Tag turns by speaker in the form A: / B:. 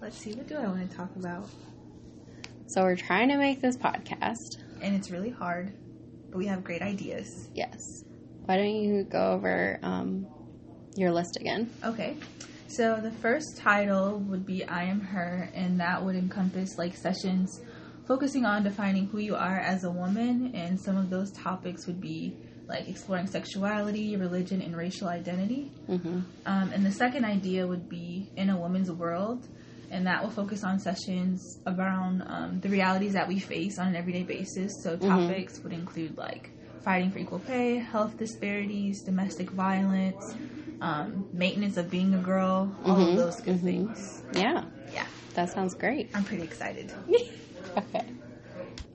A: Let's see, what do I want to talk about?
B: So we're trying to make this podcast.
A: And it's really hard, but we have great ideas.
B: Yes. Why don't you go over um, your list again?
A: Okay. So the first title would be I Am Her, and that would encompass like sessions focusing on defining who you are as a woman, and some of those topics would be like exploring sexuality, religion, and racial identity.
B: Mm-hmm.
A: Um, and the second idea would be in a woman's world, and that will focus on sessions around um, the realities that we face on an everyday basis. So topics would include like fighting for equal pay, health disparities, domestic violence, um, maintenance of being a girl, all of those good things.
B: Yeah,
A: Yeah,
B: that sounds great.
A: I'm pretty excited.
B: Okay.